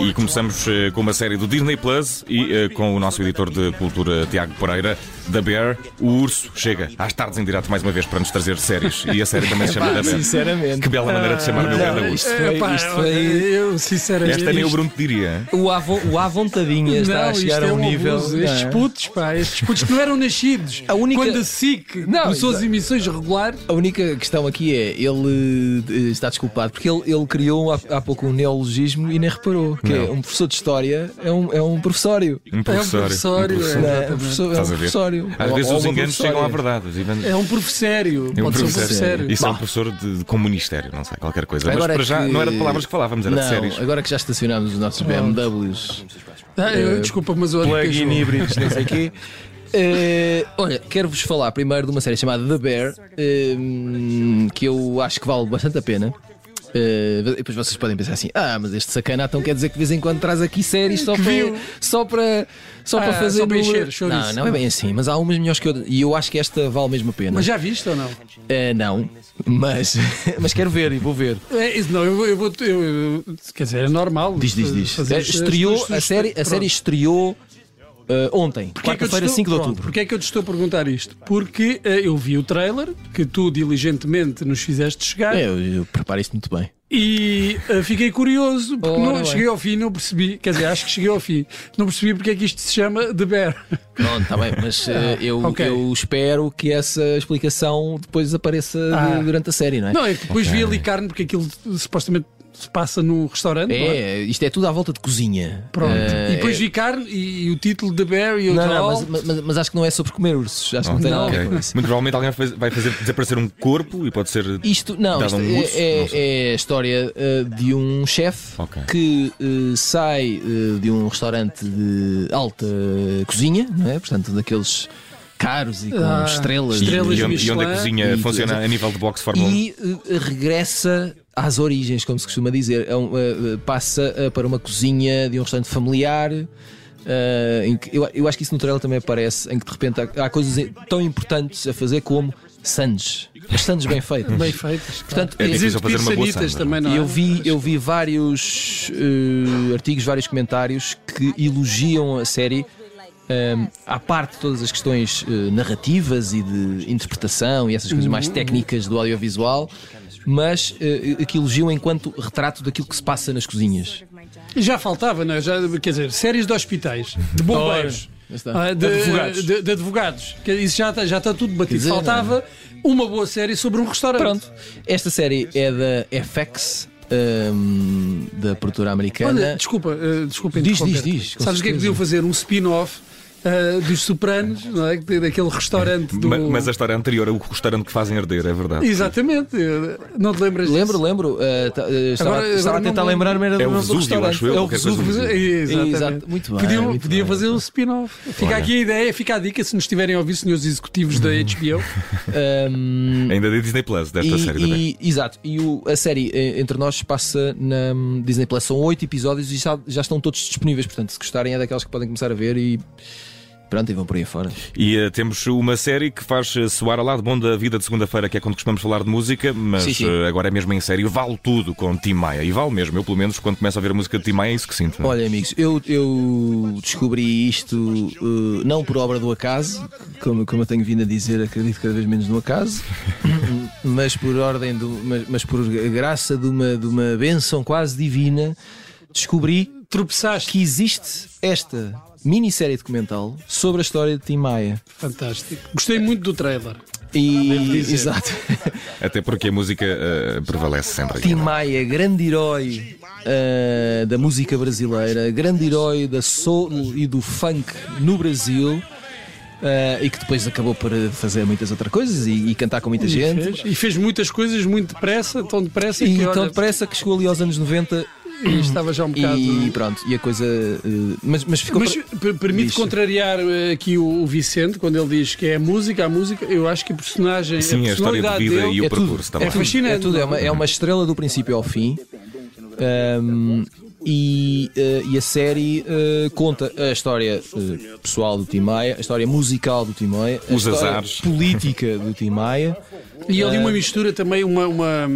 E, e começamos eh, com uma série do Disney Plus e eh, com o nosso editor de cultura Tiago Pereira, da Bear. O urso chega às tardes em direto mais uma vez para nos trazer séries. E a série também se chama Da Bear. Sinceramente. Que bela maneira de chamar o meu grande Não, urso. isto foi, Epá, isto foi- eu, sinceramente. Esta nem o isto- Bruno te diria. é o à vo- o à vontadinha está a isto chegar a é um nível. abuso. não é? Estes putos, pá, estes putos que não eram nascidos. A única- Quando a SIC Não, é. começou as exato. emissões regulares, A única questão aqui é, ele eh, está desculpado, porque ele, ele criou há, há pouco um neologismo e nem reparou. Que é um professor de história é um, é um professório. Um professor. professório, Não é. é? É um professor- é um Estás a ver? professório. Às Ou- vezes ou os uma enganos professória. chegam à verdade. Os enganos- é um professório. É um pode ser um professor. professório. Isso é um professor de, com ministério, não sei, qualquer coisa. Agora é Mas para já que- não era de palavras que falávamos, era de séries. Não, é agora que já estacionámos os nossos BMWs Ah, eu- desculpa, mas eu olho que é híbridos, não sei o quê. Eh, olha, quero-vos falar primeiro de uma série chamada The Bear, eh, que eu acho que vale bastante a pena. Eh, e depois vocês podem pensar assim: ah, mas este sacana então quer dizer que de vez em quando traz aqui séries só Que viu. para, só para, só Ah, para fazer. só para o- encher, show não, disso. não é bem assim, mas há umas melhores que eu. E eu acho que esta vale mesmo a pena. Mas já viste ou não? Eh, não, mas, mas quero ver e vou ver. É, isso não, eu, vou- eu vou. Eu, eu- quer dizer, é normal. Diz, diz, diz. fazer Eh, as- estreou, as- as- a série, a pronto. série estreou eh, ontem, Porquê é que eu te quarta-feira, estou- 5 de pronto, outubro. Porquê é que eu te estou a perguntar isto? Porque eh, eu vi o trailer que tu diligentemente nos fizeste chegar É, Eu, eu preparo isto muito bem. e eh, fiquei curioso porque Ora não, bem. cheguei ao fim e não percebi. Quer dizer, acho que cheguei ao fim. Não percebi porque é que isto se chama The Bear. Pronto, está bem, mas eh, eu, ok. eu espero que essa explicação depois apareça de- Ah. durante a série, não é? Não, é que depois vi ali carne porque aquilo eh, supostamente se passa num restaurante. não é? É, isto é tudo à volta de cozinha. Pronto. Eh, e depois é- vi carne e, e o título The Bear e o Não, não, tal. mas, mas- mas acho que não é sobre comer ursos. Acho que não tem Não. nada a Ok. ver com isso. Muito provavelmente alguém vai fazer- vai fazer desaparecer um corpo e pode ser. Isto, não, Dava isto um urso? é, é- Não sei. é a história eh, de um chefe Ok. que eh, sai eh, de um restaurante de alta cozinha, não é? Portanto, daqueles caros e com Ah, estrelas. E, estrelas e onde, e Michelin. onde a cozinha E- funciona a nível de boxe Fórmula 1. E eh, regressa às origens, como se costuma dizer. É um, eh, eh, passa eh, para uma cozinha de um restaurante familiar. eh, em que- eu, eu acho que isso no trailer também aparece, em que de repente há, há coisas tão importantes a fazer como sandes. Mas sandes bem feitas. Bem feitas. Portanto, É eh, difícil Existe fazer uma boa pizzanitas samba. também, não e é? eu vi, eu vi vários eh, artigos, vários comentários que elogiam a série. ehm, à parte de todas as questões eh, narrativas e de interpretação e essas coisas Uhum. mais técnicas do audiovisual, mas eh, que elogiam enquanto retrato daquilo que se passa nas cozinhas. Já faltava, não é? Já, quer dizer, séries de hospitais, de bombeiros. Lá está. ah, de, Advogados. de- de advogados. Que Isso já está, já está tudo batido. Quer dizer, Faltava uma boa série sobre um restaurante. Pronto, esta série é da FX, ehm, da produtora americana. Olha, desculpa, eh, desculpa Diz, interromper. diz, diz, com Sabes o que é que certeza. podiam fazer? Um spin-off eh, dos Sopranos, não é? daquele restaurante do. Ma- Mas a história anterior é o restaurante que fazem arder, é verdade. Exatamente, eh, não te lembras Lembro, disso? lembro. eh, ta- eh, estava Agora- estava agora a não tentar me lembro. lembrar-me era do É o nome do Vesúvio, restaurante. acho eu, É o qualquer coisa Vesúvio. do Vesúvio. Exatamente. Exato. Muito bem, Podiam, muito podia bem. fazer um spin-off. Fica Olha. aqui a ideia, fica a dica se nos tiverem a ouvir, senhores executivos da HBO. Ahm, Ainda da Disney Plus, desta e- série também. e- Exato, e o- a série eh, Entre Nós passa na hum, Disney Plus. São oito episódios e já, já estão todos disponíveis. Portanto, se gostarem, é daquelas que podem começar a ver e. Pronto, e vão por aí fora. E eh, temos uma série que faz eh, soar a lado bom da vida de segunda-feira, que é quando costumamos falar de música, mas Sim, sim. eh, agora é mesmo em sério. Vale tudo com Tim Maia. E vale mesmo. Eu, pelo menos, quando começo a ouvir a música de Tim Maia, é isso que sinto. não é? Olha, amigos, eu, eu descobri isto eh, não por obra do acaso, como, como eu tenho vindo a dizer, acredito cada vez menos no acaso, mas por ordem, do, mas, mas por graça de uma, de uma benção quase divina, descobri Tropeçaste. que existe esta minissérie documental sobre a história de Tim Maia. Fantástico. Gostei muito do trailer. E, dizer. exato. Até porque a música eh, prevalece sempre. aqui, Tim não é? Maia, grande herói ah, da música brasileira, grande herói da soul e do funk no Brasil. ah, e que depois acabou por fazer muitas outras coisas e, e cantar com muita E gente. fez, e fez muitas coisas muito depressa, tão depressa E que olha, tão depressa que chegou ali aos anos 90 e estava já um bocado. e pronto, e a coisa. ah, mas, mas ficou. Mas para- per- permite Diz. contrariar eh, aqui o, o Vicente quando ele diz que é a música, a música. Eu acho que a personagem, Sim, é a história de personalidade vida dele e o é tudo, percurso é também. tudo, Fascinante. é tudo, é uma, é uma estrela do princípio ao fim. Ahm, e, eh, e a série eh, conta a história eh, pessoal do Tim Maia, a história musical do Tim Maia, a Os história azares. política do Tim Maia. E ali uma mistura também, uma, uma,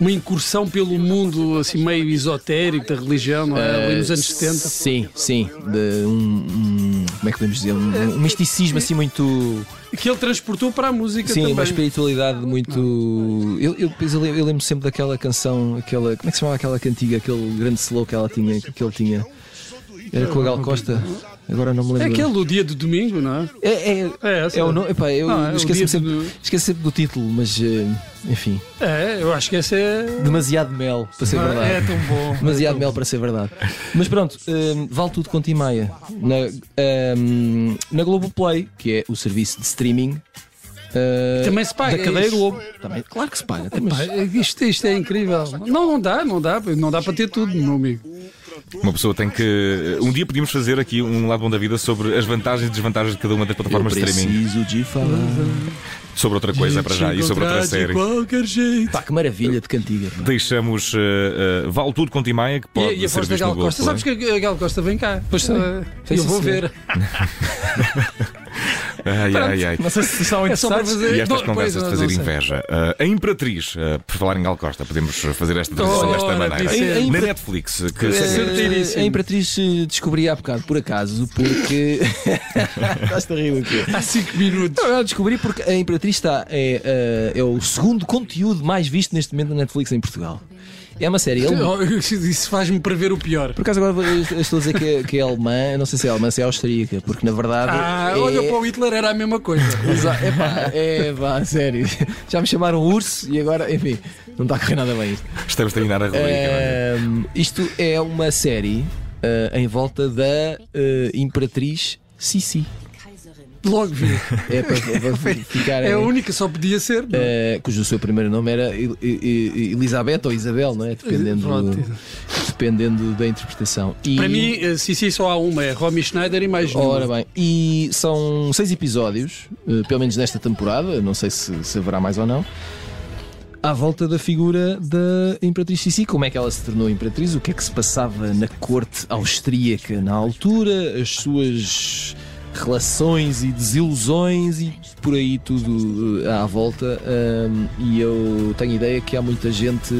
uma incursão pelo mundo assim meio esotérico da religião, não é? ali nos anos 70. Sim, sim. De um, um- como é que podemos dizer? Um, um misticismo assim muito. Que ele transportou para a música Sim, também. uma espiritualidade muito. Eu, eu, depois eu lem- eu lembro sempre daquela canção, aquela. Como é que se chamava aquela cantiga, aquele grande slow que, ela tinha, que ele tinha? Era com a Gal Costa. Agora não me É lembro. aquele do dia de domingo, não é? É, é, É, essa. é o nome. Epá, eu Não, é o esqueço-me dia sempre, do- esqueço sempre do título, mas eh, enfim. É, eu acho que essa é. Demasiado mel, para ser verdade. É tão bom. Demasiado mel para ser verdade. Mas pronto, hum, vale tudo com Tim Maia. Na, hum, na Globoplay, que é o serviço de streaming. uh, Também se paga Da cadeia isso. Globo. Também, claro que se paga. Mas, Pá, Isto, isto é incrível. Não, não dá, não dá, não dá para ter tudo, meu amigo. Uma pessoa tem que. Um dia podíamos fazer aqui um lado bom da vida sobre as vantagens e desvantagens de cada uma das eu plataformas de streaming. preciso de falar. Sobre outra coisa é, para já e sobre outra Encontrar de série. qualquer jeito. Pá, que maravilha de cantiga. pá. Deixamos. eh, eh, vale tudo com Timaia, que pode E, e a ser voz da visto Gal no é? Costa. Globoplay. Sabes que a Gal Costa vem cá. Pois, ah, Sim, eu sim, vou senhor. ver. é? Ai, ai, ai. Não sei se estão É só para interessados. fazer. E estas Não, pois, conversas de não, fazer não sei. inveja. Ah, a Imperatriz, ah, por falar em Gal Costa, podemos fazer esta transição Oh, é? desta ora, maneira. disse- A Na Impera- Netflix, que Eh, Certeiríssimo. a Imperatriz eh, descobri há bocado, por acaso, porque. Estás-te a rir o quê? Há 5 minutos. Não, eu descobri porque a Imperatriz está é, eh, é o segundo conteúdo mais visto neste momento na Netflix em Portugal. É uma série. ale- Oh, Isso faz-me prever o pior. Por acaso agora vou- eu estou a dizer que é, que é alemã, eu não sei se é alemã, se é austríaca, porque na verdade. Ah, é... olha para o Hitler, era a mesma coisa. Exa- epá, é pá, sério. Já me chamaram urso e agora, enfim, não está a correr nada bem isto. estamos a terminar a rubrica. eh, não é? Ahm, isto é uma série ah, em volta da ah, Imperatriz Sissi. Logo vi. É para, para ficar É a em- única, só podia ser. não é? eh, cujo seu primeiro nome era El- E- E- Elizabeth ou Isabel, não é? Dependendo, Pronto. dependendo da interpretação. E- Para mim, eh, sim, sim, só há uma. É Romy Schneider e mais nenhuma. Ora bem, e são seis episódios, eh, pelo menos nesta temporada, não sei se, se haverá mais ou não, à volta da figura da Imperatriz Sissi, como é que ela se tornou Imperatriz, o que é que se passava na corte austríaca na altura, as suas relações e desilusões e por aí tudo eh, à volta. ahm, e eu tenho ideia que há muita gente.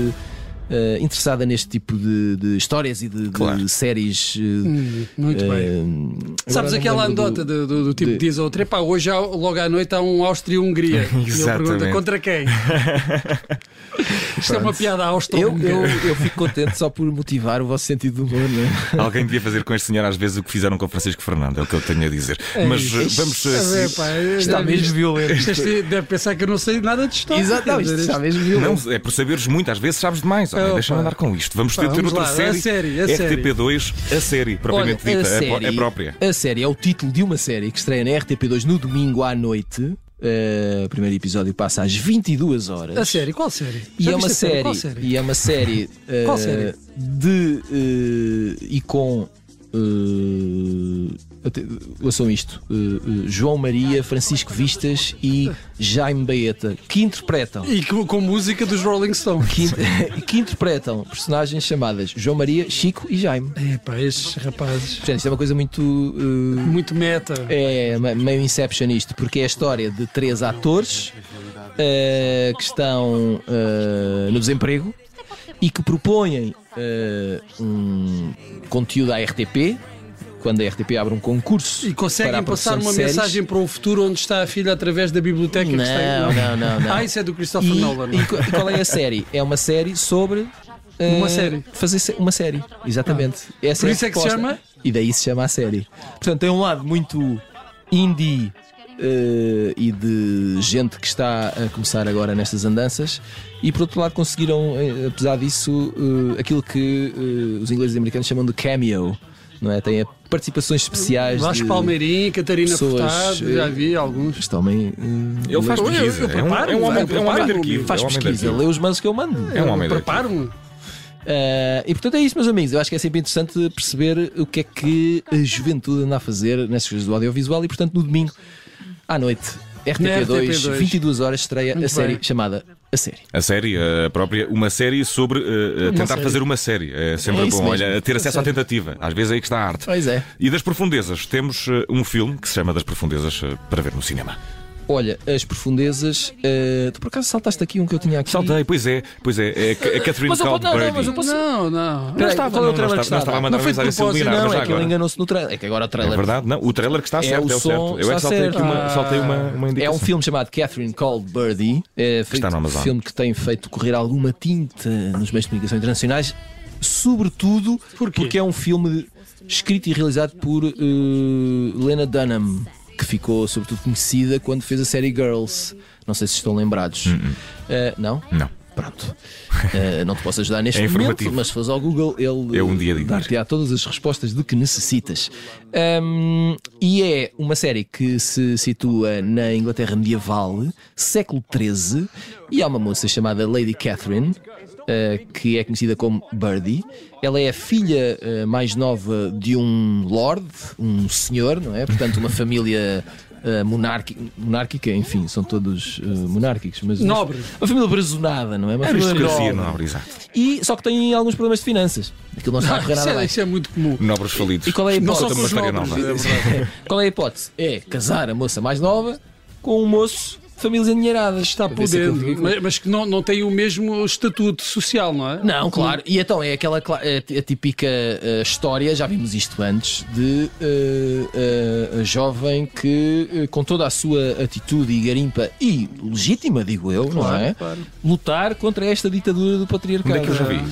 eh, interessada neste tipo de, de histórias e de, de Claro. séries eh, Hum, Muito bem. eh, agora Sabes não aquela me lembro andota do- do, do, do tipo de- diz a outra? Epá, hoje há- logo à noite há um Áustria-Hungria. E ele pergunta Exatamente. contra quem? Isto é uma piada Eu, eu, austro-hungara. eu fico contente só por motivar o vosso sentido de humor, não é? Alguém devia fazer com este senhor, às vezes, o que fizeram com o Francisco Fernando, é o que eu tenho a dizer. Mas isso. ah, vamos. ah, É, seguir- pá, é- Está é- mesmo isto- violento. isto- isto- Deve pensar que eu não sei nada de história. Exato, não, quer isto dizer, está mesmo Não, violento. é por saberes muito, às vezes sabes demais. Olha, Opa. Deixa-me andar com isto. Vamos ter, Pá, ter vamos outra lá, a série. série, a série. RTP2, a série, propriamente Olha, dita, a, a, série, é própria. A série é o título de uma série que estreia na RTP2 no domingo à noite. Eh, o primeiro episódio passa às 22 horas. A série, qual série? E Já é, viste uma a série, Qual série? e é uma série, eh, Qual série? de eh, e com eh, até- ouçam isto eh, eh, João Maria, Francisco Vistas e Jaime Baeta que interpretam E com, com música dos Rolling Stones. que, in- que interpretam personagens chamadas João Maria, Chico e Jaime. Epá, estes rapazes. Portanto, isto é uma coisa muito. eh, Muito meta. é me- meio Inception isto, porque é a história de três atores eh, que estão eh, no desemprego e que propõem eh, um conteúdo à RTP. Quando a RTP abre um concurso E para a conseguem produção passar de uma séries. mensagem para o futuro onde está a filha através da biblioteca que está Não, não, não, não. Ah, isso é do Christopher E, Nolan. e qu- e qual é a série? É uma série sobre. eh, Uma série. Fazer se- uma série, exatamente. Essa Por a isso é que se proposta. chama? E daí se chama a série. Portanto, tem um lado muito indie eh, e de gente que está a começar agora nestas andanças, e por outro lado, conseguiram, eh, apesar disso, eh, aquilo que eh, os ingleses e americanos chamam de cameo. Não é? Tem eh, participações especiais. de... Vasco Palmeirim, Catarina pessoas, eh, Furtado, já vi alguns. Este homem. eh, Ele faz Eu- eu- eu pesquisa. É um- É preparo-me, um homem é um homem de preparo-me. arquivo. faz é um homem de pesquisa, arquivo. lê os mails que eu mando. É um homem de arquivo. Preparo-me. eh, Uh, e portanto é isso, meus amigos. Eu acho que é sempre interessante perceber o que é que a juventude anda a fazer nessas coisas do audiovisual e, portanto, no domingo à noite, RTP2, RTP2. 22 horas, estreia Muito a série bem. chamada a série. A série, a própria, uma série sobre eh, eh, tentar série. fazer uma série. É sempre É isso bom, mesmo. olha, ter acesso à Uma série. tentativa. Às vezes é aí que está a arte. Pois é. E das profundezas, temos eh, um filme que se chama Das Profundezas eh, para ver no cinema. Olha, as profundezas. eh, tu por acaso saltaste aqui um que eu tinha aqui. Saltei, pois é, pois é, é a Catherine Mas eu Cowell posso- não, não, mas Brady. eu posso- Não, não. Peraí, estava, qual é o não, não estava- trailer que não está estava a dar? mandar Não foi de mensagem propósito, subliminar, não, mas já é que ele agora. enganou-se no trailer. É que agora o É trailer. verdade, não, o trailer que está certo, o é o som, certo. Eu é está que saltei aqui certo. uma, saltei uma, uma É indicação. um filme chamado Catherine Called Birdie. É feito- está no Amazon. um filme que tem feito correr alguma tinta nos meios de comunicação internacionais, sobretudo Porquê? porque é um filme escrito e realizado por eh, Lena Dunham, que ficou sobretudo conhecida quando fez a série Girls. Não sei se estão lembrados. Eh, não? Hum, Não. Pronto. Eh, não te posso ajudar neste É momento, informativo. mas se fores ao Google, ele Eu um dia eh, digo. dar-te-á todas as respostas de que necessitas. Ahm, e é uma série que se situa na Inglaterra medieval, século XIII, e há uma moça chamada Lady Catherine, eh, que é conhecida como Birdie. Ela é a filha eh, mais nova de um lord, um senhor, não é? Portanto, uma família. eh, monárqui- monárquica, enfim, são todos eh, monárquicos, mas Nobre. uma família brazonada, não é? Uma família Aristocracia, nobre. nobre, exato. E só que tem alguns problemas de finanças. Aquilo não está a correr Isso nada é, bem. isso é muito comum. Nobres falidos. E qual é a Não hipótese? só com uma os história nobres, nova. é verdade. Qual é a hipótese? É casar a moça mais nova com um moço de famílias endinheiradas. Está Para ver se aquilo podendo, fica- mas, mas que não, não tem o mesmo estatuto social, não é? Não, claro. E então é aquela cla- é a típica eh, história, já vimos isto antes, de eh, eh, a jovem que, eh, com toda a sua atitude e garimpa, e legítima, digo eu, não é? claro. Lutar contra esta ditadura do patriarcado. Onde é que eu já vi?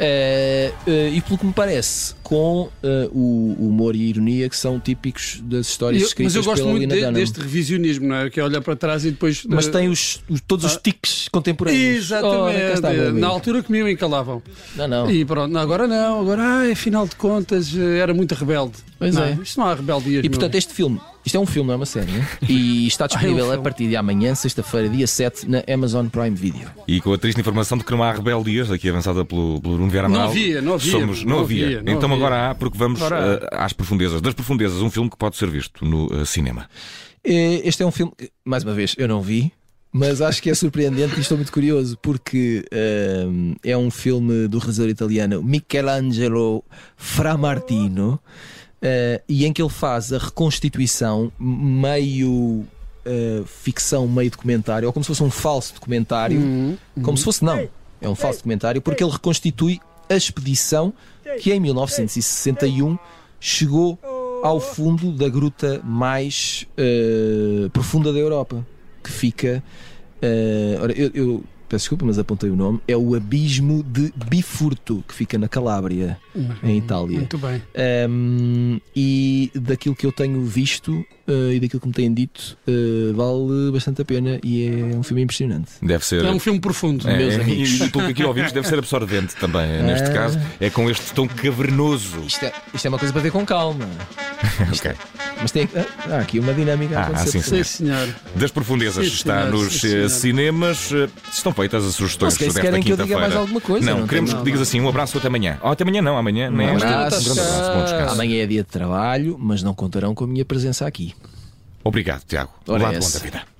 Eh, eh, e pelo que me parece, com eh, o humor e a ironia que são típicos das histórias E eu- escritas mas eu gosto pela muito Lina de- Dunham. deste revisionismo, não é? Que é olhar para trás e depois. Mas eh, tem os, os- todos os tiques contemporâneos. Ora, cá Exatamente. está, meu amigo. Na altura comiam e calavam. Não, não. E pronto, não, agora não, agora ah, afinal de contas eh, era muito rebelde. Pois não, é. Isto não há rebeldia. E portanto, este filme, isto é um filme, não é uma série, né? e está Ah, é um disponível a filme. partir de amanhã, sexta-feira, dia 7, na Amazon Prime Video. E com a triste informação de que não há rebeldias, aqui avançada pelo, pelo Bruno Vieira Não Amaral. havia, não havia, Somos, não, não havia. havia, não Então havia. agora há, porque vamos Agora eh, às profundezas. Das profundezas, um filme que pode ser visto no eh, cinema. Eh, Este é um filme que, mais uma vez, eu não vi, mas acho que é surpreendente e estou muito curioso, porque ehm, é um filme do realizador italiano Michelangelo Framartino, eh, e em que ele faz a reconstituição meio eh, ficção, meio documentário, ou como se fosse um falso documentário, como se fosse não, é um falso documentário, porque ele reconstitui a expedição que em 1961 chegou ao fundo da gruta mais eh, profunda da Europa, que fica. eh, ora, eu, eu peço desculpa, mas apontei o nome. É o Abismo de Bifurto, que fica na Calábria, em Itália. Muito bem. Um, e daquilo que eu tenho visto eh, e daquilo que me têm dito, eh, vale bastante a pena e é um filme impressionante. Deve ser. É um filme profundo. É, meus é, amigos. E, e pelo que aqui ouvimos, deve ser absorvente também. Neste caso, é com este tom cavernoso. Isto é, isto é uma coisa para ver com calma. Ok. Mas tem ah, há aqui uma dinâmica a Ah, sim, acontecer. Sim, senhor. Das profundezas Sim, está senhor, nos sim, eh, senhor. cinemas. Eh, Estão feitas as sugestões Não sei se desta querem que eu quinta-feira. diga mais alguma coisa, Não, não queremos tem que digas assim: um abraço até amanhã. Oh, até amanhã não, amanhã nem é esta. abraço. Um grande abraço, bom descanso. Amanhã é dia de trabalho, mas não contarão com a minha presença aqui. Obrigado, Tiago. Ora, é Olá, bom esse. da vida.